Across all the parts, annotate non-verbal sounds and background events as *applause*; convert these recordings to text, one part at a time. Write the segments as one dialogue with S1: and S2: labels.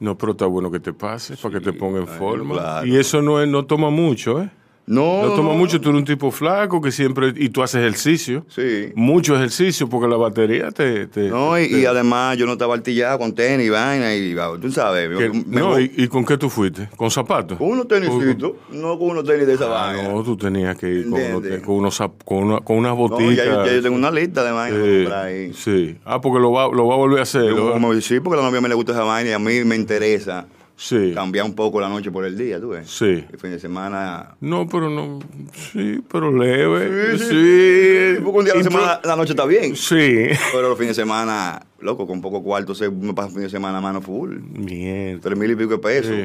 S1: No, pero está bueno que te pases para que te ponga en
S2: claro,
S1: forma.
S2: claro.
S1: Y eso no, es, no toma mucho, ¿eh?
S2: No,
S1: No, toma
S2: no,
S1: mucho, tú eres un tipo flaco que siempre... Y tú haces ejercicio.
S2: Sí.
S1: Mucho ejercicio porque la batería te... te-
S2: No, y,
S1: te-
S2: y además yo no estaba artillado con tenis y vaina y va, tú sabes.
S1: que-
S2: me- me-
S1: no, y, y con qué tú fuiste? ¿Con zapatos?
S2: Con unos tenisitos, no con unos tenis de esa
S1: Ah,
S2: vaina.
S1: no, tú tenías que ir con, unos,
S2: Entiende.
S1: con, unos zap- con, una, con unas
S2: No, ya,
S1: botitas.
S2: yo- ya yo tengo una lista de vainas para
S1: Sí,
S2: comprar ahí.
S1: sí. Ah, porque lo va, lo va a volver a hacer.
S2: Yo
S1: lo va-
S2: como, sí, porque a la novia me le gusta esa vaina y a mí me interesa
S1: sí.
S2: cambiar un poco la noche por el día, tú ves.
S1: Sí.
S2: El fin de semana.
S1: No, pero no. Sí, pero leve. Sí.
S2: Porque un día de la
S1: Intro-
S2: semana la noche está bien.
S1: Sí.
S2: Pero los fines de semana, loco, con poco cuarto se me pasa el fin de semana a mano full.
S1: Mierda.
S2: Tres mil y pico de pesos.
S1: Sí.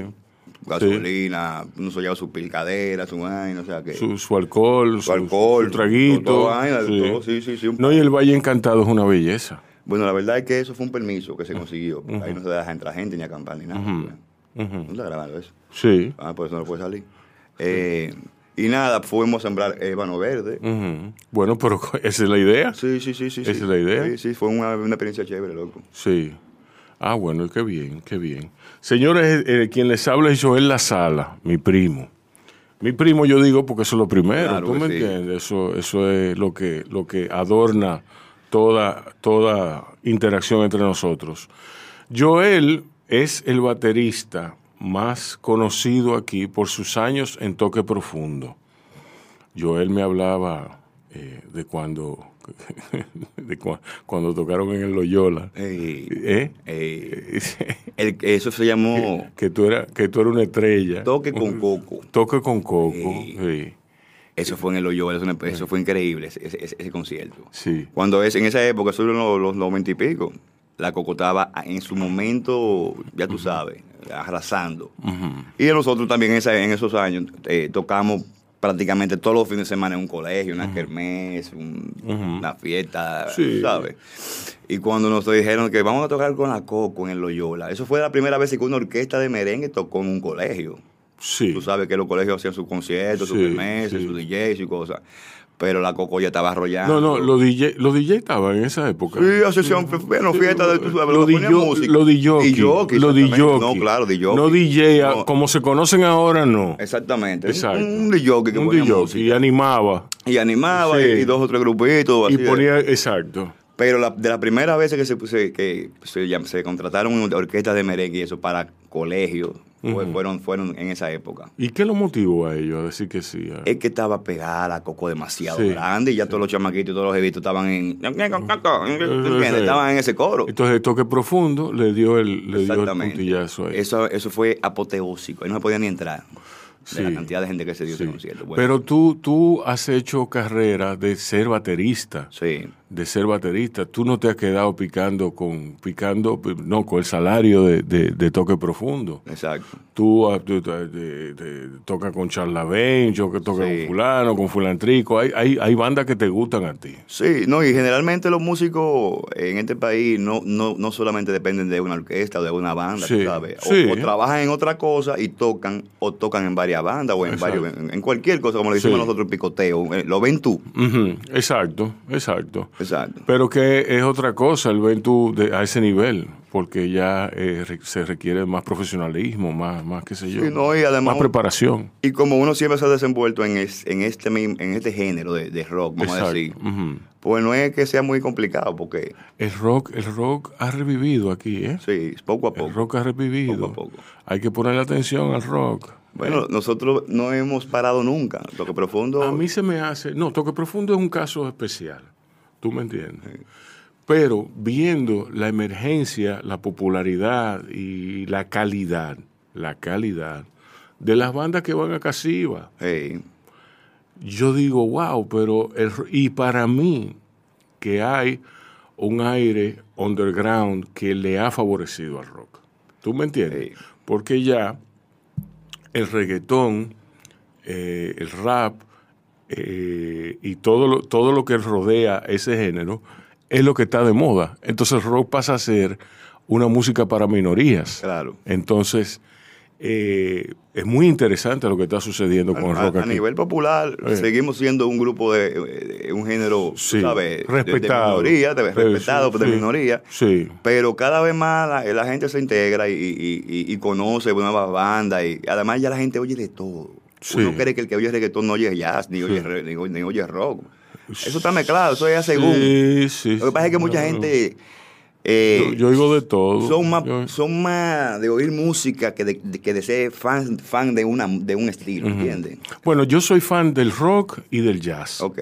S2: Gasolina, no soy ya su pilcadera, su vaina, o sea que.
S1: Su, su alcohol, su,
S2: alcohol,
S1: su traguito.
S2: todo, todo vaina,
S1: sí.
S2: todo, sí, sí, sí, un-
S1: No, y el Valle Encantado es una belleza.
S2: Bueno, la verdad es que eso fue un permiso que se consiguió. porque Ahí no se deja entrar gente ni acampar ni nada. No está grabando eso.
S1: Sí.
S2: Ah, pues no puede salir. Eh, y nada, fuimos a sembrar ébano verde.
S1: Ujú. Bueno, pero *laughs* esa es la idea.
S2: Sí, sí, sí, sí.
S1: Mm. ¿Esa
S2: sí.
S1: es la idea?
S2: Sí, sí, fue una, una experiencia chévere, loco.
S1: Sí. Ah, bueno, qué bien, qué bien. Señores, eh, quien les habla es Joel La Sala, mi primo. Mi primo, yo digo, porque eso es lo primero,
S2: Claro
S1: ¿tú
S2: que
S1: me
S2: sí.
S1: entiendes? Eso, eso es lo que, lo que adorna toda, toda interacción entre nosotros. Joel es el baterista más conocido aquí por sus años en toque profundo. Joel me hablaba eh, de cuando *laughs* de cua- cuando tocaron en el Loyola.
S2: Ey,
S1: ¿Eh? *laughs*
S2: ey, el- eso se llamó
S1: que tú eras que tú eras una estrella.
S2: Toque con Coco.
S1: Toque con coco. Sí.
S2: Sí. Eso fue en el Oyola, eso, eso fue increíble, ese, ese- ese concierto.
S1: Sí.
S2: Cuando es, en esa época, eso eran los, los 90 y pico, la cocotaba en su momento, ya tú sabes, arrasando. Y nosotros también en, esa- en esos años eh, tocamos prácticamente todos los fines de semana en un colegio, una kermés, un- una fiesta,
S1: Sí.
S2: ¿sabes? Y cuando nos dijeron que vamos a tocar con la Coco en el Loyola, eso fue la primera vez que una orquesta de merengue tocó en un colegio.
S1: Sí.
S2: Tú sabes que los colegios hacían sus conciertos, sus
S1: Sí,
S2: permisos,
S1: sí.
S2: sus DJs y cosas. Pero la coco ya estaba
S1: No,
S2: arrollando.
S1: no, los DJ, los DJ estaban en esa época.
S2: Sí, asociación, fe- bueno, fiesta de tú sabes,
S1: Lo
S2: lo ponían
S1: DJ,
S2: música.
S1: lo DJ,
S2: Dijockey,
S1: lo
S2: exactamente.
S1: DJ.
S2: No, claro, DJ.
S1: No DJ, ah,
S2: No.
S1: como se conocen ahora, no.
S2: Exactamente.
S1: Exacto.
S2: Un, un DJ que
S1: Un
S2: ponía
S1: DJ,
S2: música.
S1: y animaba.
S2: Y animaba
S1: Sí.
S2: y, y dos o tres grupitos.
S1: Y
S2: así de-
S1: ponía, exacto.
S2: Pero la- de las primeras veces que se, se- que se, llam- se contrataron una orquesta de merengue y eso para colegios, fue- fueron, fueron en esa época.
S1: ¿Y qué lo motivó a ellos a decir que sí? Ah. a-
S2: Es que estaba pegada la coco demasiado
S1: Sí.
S2: grande y ya todos los chamaquitos y todos los jevitos estaban en. ¿entiendes?
S1: sí.
S2: Estaban en ese coro.
S1: Entonces el toque profundo le dio el, le dio el
S2: Exactamente.
S1: puntillazo ahí.
S2: Eso, eso fue apoteósico. Ahí no se podía ni entrar. De la
S1: Sí.
S2: cantidad de gente que se dio
S1: Sí.
S2: ese concierto. pues. Bueno,
S1: Pero tú, tú has hecho carrera de ser baterista.
S2: Sí.
S1: De ser baterista. Tú no te has quedado picando con, picando, pues, no, con el salario de, de- de toque profundo.
S2: Exacto.
S1: Tú, ah, tú, tú, eh, te- tocas con Charlavain, yo que toca
S2: Sí.
S1: con fulano, con fulantrico. Hay, hay, hay bandas que te gustan a ti.
S2: Sí, no, y generalmente los músicos en este país no, no, no solamente dependen de una orquesta o de una banda,
S1: Sí,
S2: tú ¿sabes? O,
S1: sí.
S2: o trabajan en otra cosa y tocan, o tocan en varias bandas, o en,
S1: Exacto.
S2: varios, en, en cualquier cosa, como le decimos
S1: Sí.
S2: nosotros, picoteo. Eh, Lo ven tú.
S1: Ujú, Exacto, exacto.
S2: Exacto.
S1: Pero que es otra cosa el Ventu de- a ese nivel, porque ya eh, re- se requiere más profesionalismo, más, más qué sé yo,
S2: Sí, no, y además-
S1: más preparación.
S2: Y como uno siempre se ha desenvuelto en, es- en, este, mismo- en este género de, de rock, vamos a
S1: Exacto.
S2: decir,
S1: Ujú.
S2: pues no es que sea muy complicado, porque
S1: El rock, el rock ha revivido aquí, ¿eh?
S2: sí, poco a
S1: el
S2: poco.
S1: rock ha revivido.
S2: Poco a poco.
S1: Hay que ponerle atención al rock.
S2: Bueno, nosotros no hemos parado nunca. Lo que profundo.
S1: A mí se me hace, no, Toque Profundo es un caso especial, tú me entiendes. Pero viendo la emergencia, la popularidad y la calidad, la calidad de las bandas que van a Casiva,
S2: Ey,
S1: yo digo, wow, pero, el r- y para mí que hay un aire underground que le ha favorecido al rock. ¿Tú me entiendes?
S2: Sí.
S1: Porque ya el reggaetón, eh, el rap eh, y todo lo, todo lo que rodea ese género es lo que está de moda. Entonces el rock pasa a ser una música para minorías.
S2: Claro.
S1: Entonces, eh, es muy interesante lo que está sucediendo con el
S2: a,
S1: rock
S2: a
S1: aquí.
S2: nivel popular,
S1: Sí.
S2: seguimos siendo un grupo de, de un género, tú
S1: Sí,
S2: ¿sabes? de-
S1: respetado.
S2: De, minoría, de-
S1: Sí,
S2: respetado,
S1: sí,
S2: de
S1: sí.
S2: minoría.
S1: Sí.
S2: Pero cada vez más la, la gente se integra y, y- y- y conoce nuevas bandas. Y además ya la gente oye de todo.
S1: Sí.
S2: Uno cree que el que oye reggaetón no oye jazz, ni, oye, re- ni, oye- ni oye rock. Eso está mezclado, eso es según.
S1: Sí, sí,
S2: Lo que pasa es que
S1: sí,
S2: mucha
S1: claro.
S2: gente... eh,
S1: Yo, yo oigo de todo.
S2: son más,
S1: Yo-
S2: son más de oír música que de, de- que de ser fan, fan de, una, de un estilo, ¿entiendes?
S1: Bueno, yo soy fan del rock y del jazz.
S2: Ok.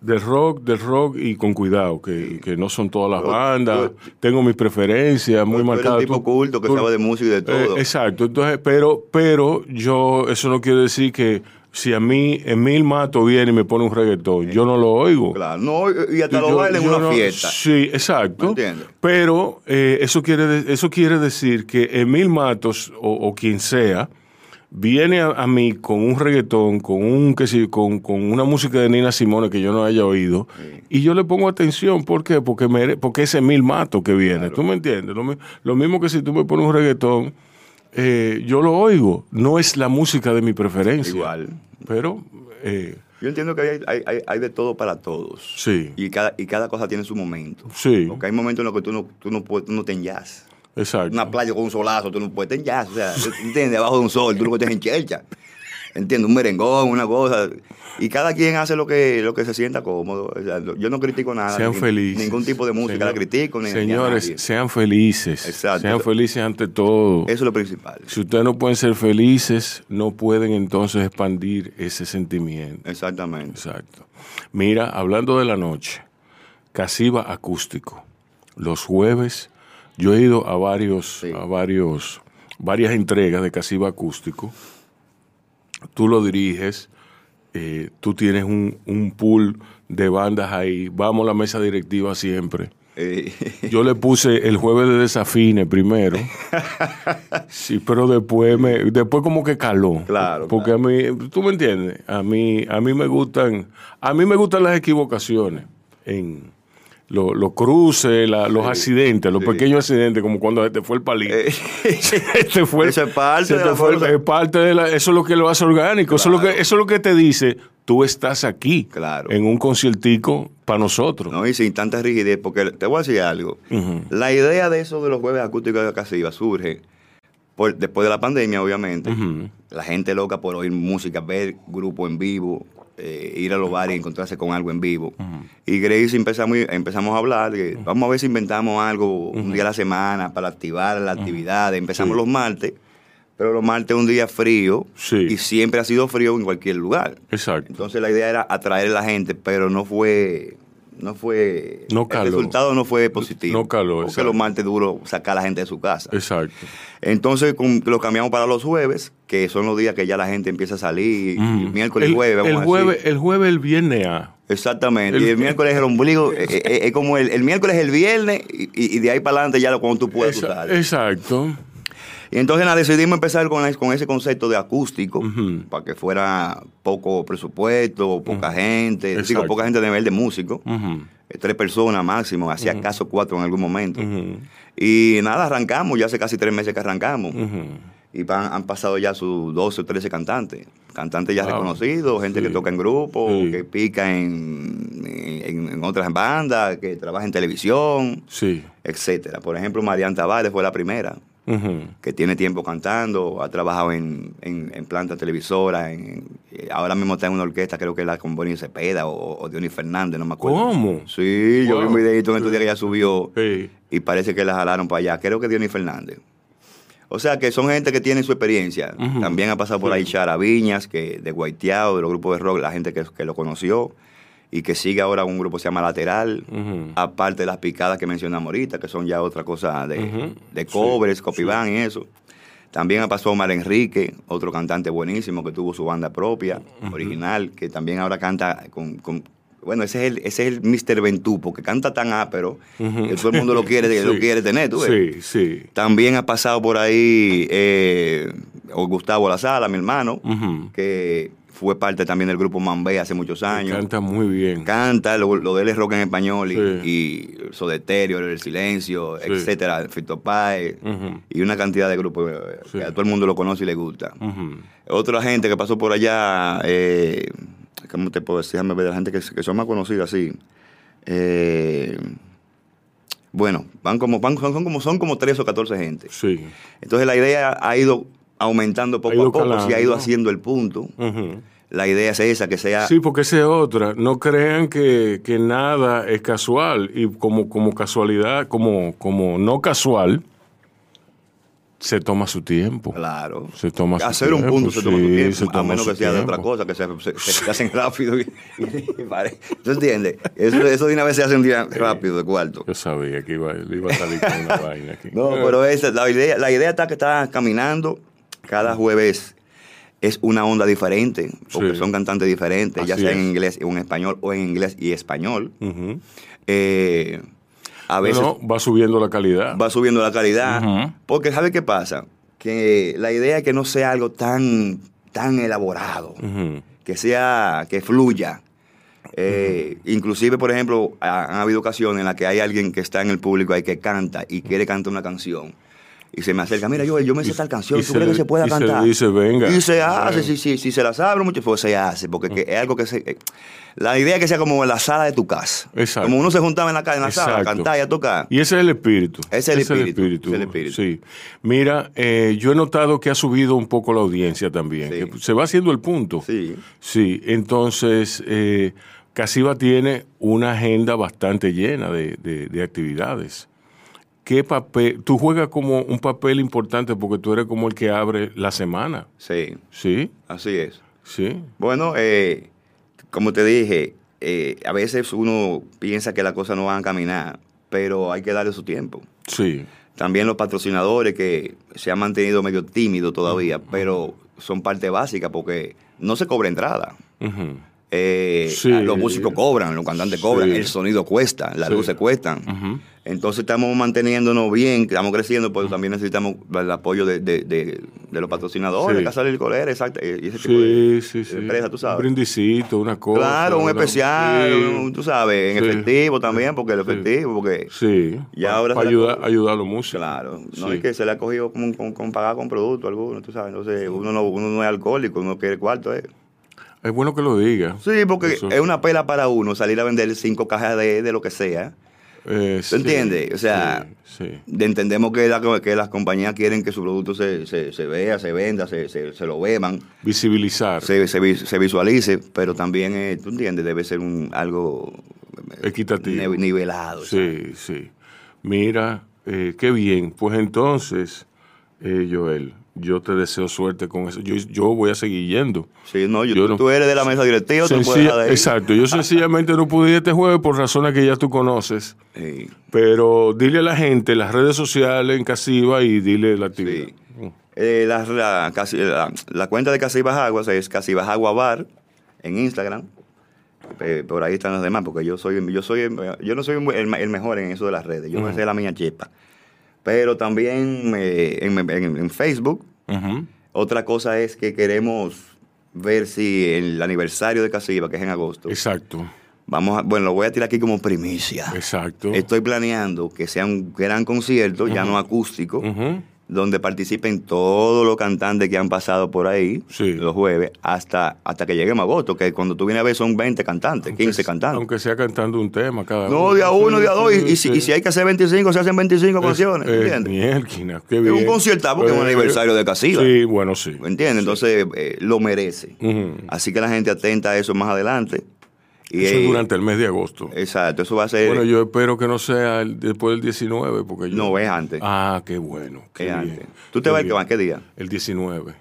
S1: Del rock, del rock y con cuidado, que, que no son todas las
S2: Yo-
S1: bandas. Tengo mis preferencias muy
S2: Tú eres
S1: marcadas.
S2: un tipo
S1: Tú-
S2: culto que
S1: tú-
S2: sabe de música y de todo.
S1: Eh, exacto, entonces, pero, pero yo, eso no quiere decir que si a mí Emil Mato viene y me pone un reggaetón, yo no lo oigo.
S2: Claro, no, y- y hasta
S1: Yo-
S2: lo baila en
S1: yo
S2: una
S1: no-
S2: fiesta.
S1: Sí, exacto.
S2: ¿Me entiendes?
S1: Pero eh, eso, quiere, de- eso quiere decir que Emil Matos o, o quien sea viene a, a mí con un reggaetón, con un qué sé yo, con, con una música de Nina Simone que yo no haya oído y yo le pongo atención, ¿por qué? Porque mere- porque es Emil Matos que viene, ¿tú me entiendes? Lo, mi- lo mismo que si tú me pones un reggaetón eh, yo lo oigo, no es la música de mi preferencia.
S2: Igual.
S1: Pero eh,
S2: Yo entiendo que hay, hay- hay- hay de todo para todos.
S1: Sí.
S2: Y cada, y cada cosa tiene su momento.
S1: Sí.
S2: Porque hay momentos en los que tú no, tú no, puedes, tú no te enllas.
S1: exacto.
S2: Una playa con un solazo, tú no puedes te enllas. O sea, ¿entiendes? Abajo de un sol, tú lo que estés en chelcha. ¿Entiendes? Un merengón, una cosa. Y cada quien hace lo que, lo que se sienta cómodo. O sea, lo- yo no critico nada.
S1: Sean
S2: ni-
S1: felices.
S2: Ningún tipo de música
S1: Señor-
S2: la critico. Ni, ni a
S1: Señores,
S2: nadie.
S1: sean felices.
S2: Exacto.
S1: Sean felices ante todo.
S2: Eso es lo principal.
S1: Si ustedes no pueden ser felices, no pueden entonces expandir ese sentimiento.
S2: Exactamente.
S1: Exacto. Mira, hablando de la noche, Casiva Acústico. Los jueves, yo he ido a varios,
S2: Sí.
S1: a varios, varias entregas de Casiva Acústico. Tú lo diriges, eh, tú tienes un, un pool de bandas ahí. Vamos a la mesa directiva siempre.
S2: Eh,
S1: Yo le puse el jueves de desafine
S2: *laughs*
S1: primero. Sí, pero después me después como que caló.
S2: Claro,
S1: Porque a mí, tú me entiendes, a mí a mí me gustan a mí me gustan las equivocaciones en lo- los cruces, la- los accidentes, los pequeños accidentes, como cuando se te fue el palito. *laughs* Se te fue,
S2: Eso Eh, es parte
S1: se
S2: de
S1: te
S2: la
S1: fue el-
S2: cosa.
S1: es parte de la- eso es lo que lo hace orgánico, eso es lo que eso es lo que te dice, tú estás aquí
S2: Claro.
S1: en un conciertico para nosotros.
S2: No, y sin tanta rigidez, porque te voy a decir algo. La idea de eso de los jueves acústicos de Casiva surge por- después de la pandemia, obviamente. La gente loca por oír música, ver grupo en vivo, eh, ir a los bares y encontrarse con algo en vivo. Y Grace empezamos, empezamos a hablar, que vamos a ver si inventamos algo un día a la semana para activar la actividad. Empezamos los martes, pero los martes es un día frío
S1: Sí.
S2: y siempre ha sido frío en cualquier lugar.
S1: Exacto.
S2: Entonces la idea era atraer a la gente, pero no fue, no fue,
S1: No caló.
S2: el resultado no fue positivo.
S1: No caló,
S2: Porque
S1: exacto.
S2: los martes duro sacar a la gente de su casa.
S1: Exacto.
S2: Entonces con- lo cambiamos para los jueves, que son los días que ya la gente empieza a salir, y
S1: Mm.
S2: miércoles
S1: el,
S2: y jueves, vamos
S1: el
S2: a decir.
S1: jueves, el jueves, el viernes A.
S2: Exactamente, y
S1: el-
S2: el miércoles es el ombligo, eh, eh, es como el, el miércoles es el viernes y, y- y de ahí para adelante ya lo- cuando tú puedas tú
S1: Esa- eh.
S2: sales.
S1: exacto.
S2: Y entonces nada, decidimos empezar con, es- con ese concepto de acústico, para que fuera poco presupuesto, poca gente, digo,
S1: Mm. Exacto.
S2: poca gente de nivel de músico,
S1: Ujú.
S2: eh, tres personas máximo, hacía acaso cuatro en algún momento. Y nada, arrancamos, ya hace casi tres meses que arrancamos. Y van- han pasado ya sus 12 o 13 cantantes. Cantantes ya
S1: Wow.
S2: reconocidos, gente que
S1: Sí.
S2: toca en grupo,
S1: Sí.
S2: que pica en, en- en otras bandas, que trabaja en televisión,
S1: Sí.
S2: etcétera. Por ejemplo, Marian Tavares fue la primera
S1: Ujú.
S2: que tiene tiempo cantando, ha trabajado en, en, en plantas televisoras, en- eh, ahora mismo está en una orquesta, creo que la con Bonnie Cepeda o, o Dionis Fernández, no me acuerdo.
S1: ¿Cómo?
S2: Sí, yo vi un
S1: Wow.
S2: videito en estos días que ella subió
S1: Sí.
S2: y parece que la jalaron para allá, creo que Dionis Fernández. O sea que son gente que tiene su experiencia. También ha pasado por ahí Chara Viñas, que de Guaiteado, de los grupos de rock, la gente que, que lo conoció y que sigue ahora un grupo que se llama Lateral,
S1: Ujú.
S2: aparte de las picadas que mencionamos ahorita, que son ya otra cosa de, de covers, copiván y eso. También ha pasado Omar Enrique, otro cantante buenísimo que tuvo su banda propia, original, que también ahora canta con... con- bueno, ese es el, ese es el Mr. Ventú, porque canta tan ápero que todo el mundo lo quiere,
S1: *laughs*
S2: lo
S1: Sí.
S2: quiere tener, tú ves.
S1: Sí, sí.
S2: También ha pasado por ahí eh, o Gustavo La Sala, mi hermano,
S1: Ujú.
S2: que fue parte también del grupo Mambé hace muchos años.
S1: Canta muy bien.
S2: Canta, lo, lo de él es rock en español y,
S1: Sí.
S2: y Sodeterio, El Silencio,
S1: Sí.
S2: etcétera, Fito Páez,
S1: Ujú.
S2: y una cantidad de grupos eh,
S1: Sí.
S2: que a todo el mundo lo conoce y le gusta.
S1: Ujú.
S2: Otra gente que pasó por allá, eh, ¿cómo te puedo decir? Déjame ver, la gente que, que son más conocidas, sí. Eh, bueno, van como, van, son, como, son como 13 o 14 gente.
S1: Sí.
S2: Entonces la idea ha ido aumentando poco
S1: Ha ido
S2: a poco, se ha
S1: calando.
S2: ido haciendo el punto.
S1: Ujú.
S2: La idea es esa, que sea...
S1: Sí, porque esa es otra. No crean que, que nada es casual. Y como, como casualidad, como, como no casual, se toma su tiempo.
S2: Claro.
S1: Se toma su
S2: Hacer un
S1: tiempo,
S2: punto se toma
S1: sí,
S2: su tiempo,
S1: se
S2: a
S1: toma
S2: menos
S1: su
S2: que sea de
S1: tiempo.
S2: otra cosa, que se, se- se- se hacen rápido. Y, y pare- ¿Tú entiendes? Eso, eso de una vez se hace un día rápido, de cuarto.
S1: Yo sabía que iba, iba a salir con
S2: *laughs*
S1: una vaina aquí.
S2: No, pero esa, es la, idea, la idea está que está caminando cada jueves. Es una onda diferente, porque
S1: Sí.
S2: son cantantes diferentes, ya
S1: Así
S2: sea en
S1: es.
S2: inglés y en español o en inglés y español.
S1: Ujú.
S2: Eh, a veces
S1: No, no, va subiendo la calidad.
S2: va subiendo la calidad.
S1: Ujú.
S2: Porque, ¿sabe qué pasa? Que la idea es que no sea algo tan, tan elaborado,
S1: Ujú.
S2: que sea, que fluya. Eh, Inclusive, por ejemplo, ha- han habido ocasiones en las que hay alguien que está en el público ahí que canta y quiere cantar una canción. Y se me acerca, mira, yo, yo me sé
S1: Y-
S2: tal canción,
S1: y
S2: ¿tú
S1: se
S2: crees
S1: le-
S2: que se pueda
S1: y se le
S2: cantar?
S1: dice, venga. Mm.
S2: Y se hace,
S1: Bueno.
S2: si, si, si se las abre mucho, pues se hace, porque que es algo que se... eh, la idea es que sea como la sala de tu casa.
S1: Exacto.
S2: Como uno se juntaba en la, ca- en la sala a
S1: Exacto.
S2: cantar y a tocar.
S1: Y ese es el espíritu.
S2: Ese es el espíritu, es el espíritu.
S1: Sí. Mira, eh, yo he notado que ha subido un poco la audiencia también.
S2: Sí.
S1: que se va haciendo el punto.
S2: Sí.
S1: Sí, entonces eh, Casiva tiene una agenda bastante llena de, de- de actividades. ¿Qué papel? Tú juegas como un papel importante porque tú eres como el que abre la semana.
S2: Sí,
S1: Sí,
S2: así es.
S1: sí.
S2: Bueno, eh, como te dije, eh, a veces uno piensa que las cosas no van a caminar, pero hay que darle su tiempo.
S1: Sí,
S2: También los patrocinadores que se han mantenido medio tímidos todavía, pero son parte básica porque no se cobra entrada.
S1: ujú,
S2: Eh,
S1: Sí.
S2: Los músicos cobran, los cantantes cobran,
S1: Sí.
S2: el sonido cuesta, las
S1: Sí.
S2: luces cuestan.
S1: ujú.
S2: Entonces estamos manteniéndonos bien, estamos creciendo, pero también necesitamos el apoyo de, de- de- de los patrocinadores,
S1: Sí.
S2: Casa del Coler, exacto, y ese este tipo
S1: Sí,
S2: de,
S1: sí, sí.
S2: de empresas, tú sabes.
S1: Un brindisito, una cosa.
S2: Claro, un
S1: una-
S2: especial,
S1: Sí.
S2: un- tú sabes, en
S1: Sí.
S2: efectivo también, porque el
S1: Sí.
S2: efectivo, porque,
S1: Sí.
S2: Y ahora
S1: para
S2: se la
S1: ayudar,
S2: co-
S1: ayudar a los músicos.
S2: claro, no
S1: Sí.
S2: es que se le ha cogido con, con, con pagar con producto alguno, tú sabes, entonces uno no, uno no es alcohólico, uno quiere cuarto, ¿eh?
S1: Es bueno que lo diga.
S2: Sí, porque
S1: Eso.
S2: es una pela para uno salir a vender cinco cajas de, de lo que sea.
S1: Eh, sí,
S2: entiendes? O sea,
S1: sí, sí.
S2: De- Entendemos que, la- que las compañías quieren que su producto se, se- se vea, se venda, se, se- se lo beban,
S1: visibilizar,
S2: se, se vi- se visualice, pero también, eh, tú entiendes, debe ser un algo eh,
S1: equitativo.
S2: ni- nivelado. ¿sabes?
S1: Sí, sí. Mira, eh, qué bien. Pues entonces, eh, Joel, yo te deseo suerte con eso. Yo, yo voy a seguir yendo.
S2: Sí, no, yo-
S1: Yo
S2: tú,
S1: no-
S2: eres de la mesa directiva, tú no puedes
S1: Sencilla-
S2: dejar de ir.
S1: exacto, yo sencillamente no pude ir este jueves por razones que ya tú conoces.
S2: Sí,
S1: Pero dile a la gente, las redes sociales en Casiva y dile la actividad.
S2: sí. Eh, la, la- casi- la- la cuenta de Casibas Aguas es Casibas Agua Bar en Instagram. Eh, por ahí están los demás, porque yo soy yo soy yo no soy el, ma- el mejor en eso de las redes. Yo me sé la mía chepa. Pero también eh, en, en- en Facebook.
S1: Ujú.
S2: Otra cosa es que queremos ver si el aniversario de Casiba, que es en agosto,
S1: Exacto,
S2: vamos a, bueno, lo voy a tirar aquí como primicia.
S1: exacto.
S2: Estoy planeando que sea un gran concierto, ya no acústico,
S1: Ujú.
S2: donde participen todos los cantantes que han pasado por ahí
S1: Sí.
S2: los jueves hasta, hasta que lleguemos a agosto, que cuando tú vienes a ver son 20 cantantes, 15 cantantes.
S1: Aunque sea cantando un tema cada
S2: no, día uno,
S1: Sí,
S2: día dos, y,
S1: sí,
S2: y si,
S1: sí.
S2: y si hay que hacer 25, se hacen 25 canciones,
S1: Eh, eh,
S2: ¿entiendes?
S1: Mierquina, qué
S2: es
S1: bien.
S2: un concierto porque es un
S1: Eh,
S2: aniversario de Casiva,
S1: Sí, bueno, sí.
S2: ¿entiendes? Entonces eh, lo merece.
S1: Ujú.
S2: Así que la gente atenta a eso más adelante. Y,
S1: Eso
S2: eh,
S1: es durante el mes de agosto.
S2: Exacto, eso va a ser...
S1: Bueno, yo espero que no sea el- después del 19, porque yo...
S2: No, es antes.
S1: Ah, qué bueno, qué
S2: es
S1: bien.
S2: antes. ¿Tú
S1: qué
S2: te vas
S1: bien.
S2: el qué día?
S1: El 19,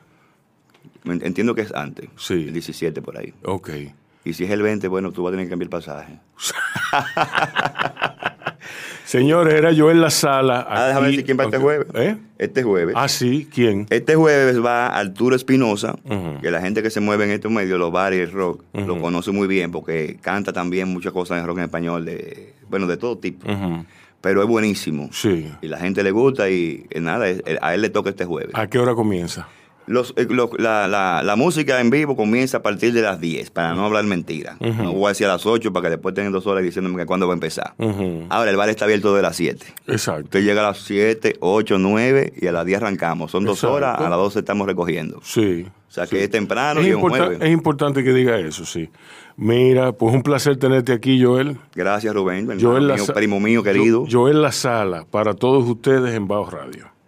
S2: Me en- Entiendo que es antes.
S1: Sí.
S2: El 17 por ahí.
S1: ok.
S2: Y si es el 20, bueno, tú vas a tener que cambiar el pasaje.
S1: Señores, era yo en la sala.
S2: Ah, déjame
S1: aquí-
S2: decir quién va este
S1: ok.
S2: jueves.
S1: ¿Eh?
S2: Este jueves.
S1: Ah, sí, ¿quién?
S2: Este jueves va Arturo Espinosa,
S1: Ujú.
S2: que la gente que se mueve en estos medios, los bares y el rock, lo conoce muy bien porque canta también muchas cosas en rock en español, de, bueno, de todo tipo.
S1: Ujú.
S2: Pero es buenísimo.
S1: Sí. Ah.
S2: Y la gente le gusta y eh, nada, es- eh, a él le toca este jueves.
S1: ¿A qué hora comienza?
S2: Los, eh, los- la, la- la música en vivo comienza a partir de las 10, para no hablar mentira. No voy a decir a las 8 para que después tengan dos horas diciéndome que cuándo va a empezar.
S1: Ujú.
S2: Ahora, el bar está abierto de las 7.
S1: Exacto.
S2: Usted llega a las 7, 8, 9 y a las 10 arrancamos. Son dos
S1: Exacto.
S2: horas, a las 12 estamos recogiendo.
S1: Sí.
S2: O sea Ah, que es temprano
S1: Es,
S2: y es un
S1: importa- eh,
S2: jueves.
S1: es importante que diga eso, sí. Mira, pues un placer tenerte aquí, Joel.
S2: Gracias, Rubén, hermano
S1: Joel
S2: mío,
S1: Laza-
S2: primo mío
S1: Jo-
S2: querido.
S1: Joel La Sala, para todos ustedes en Bajo Radio.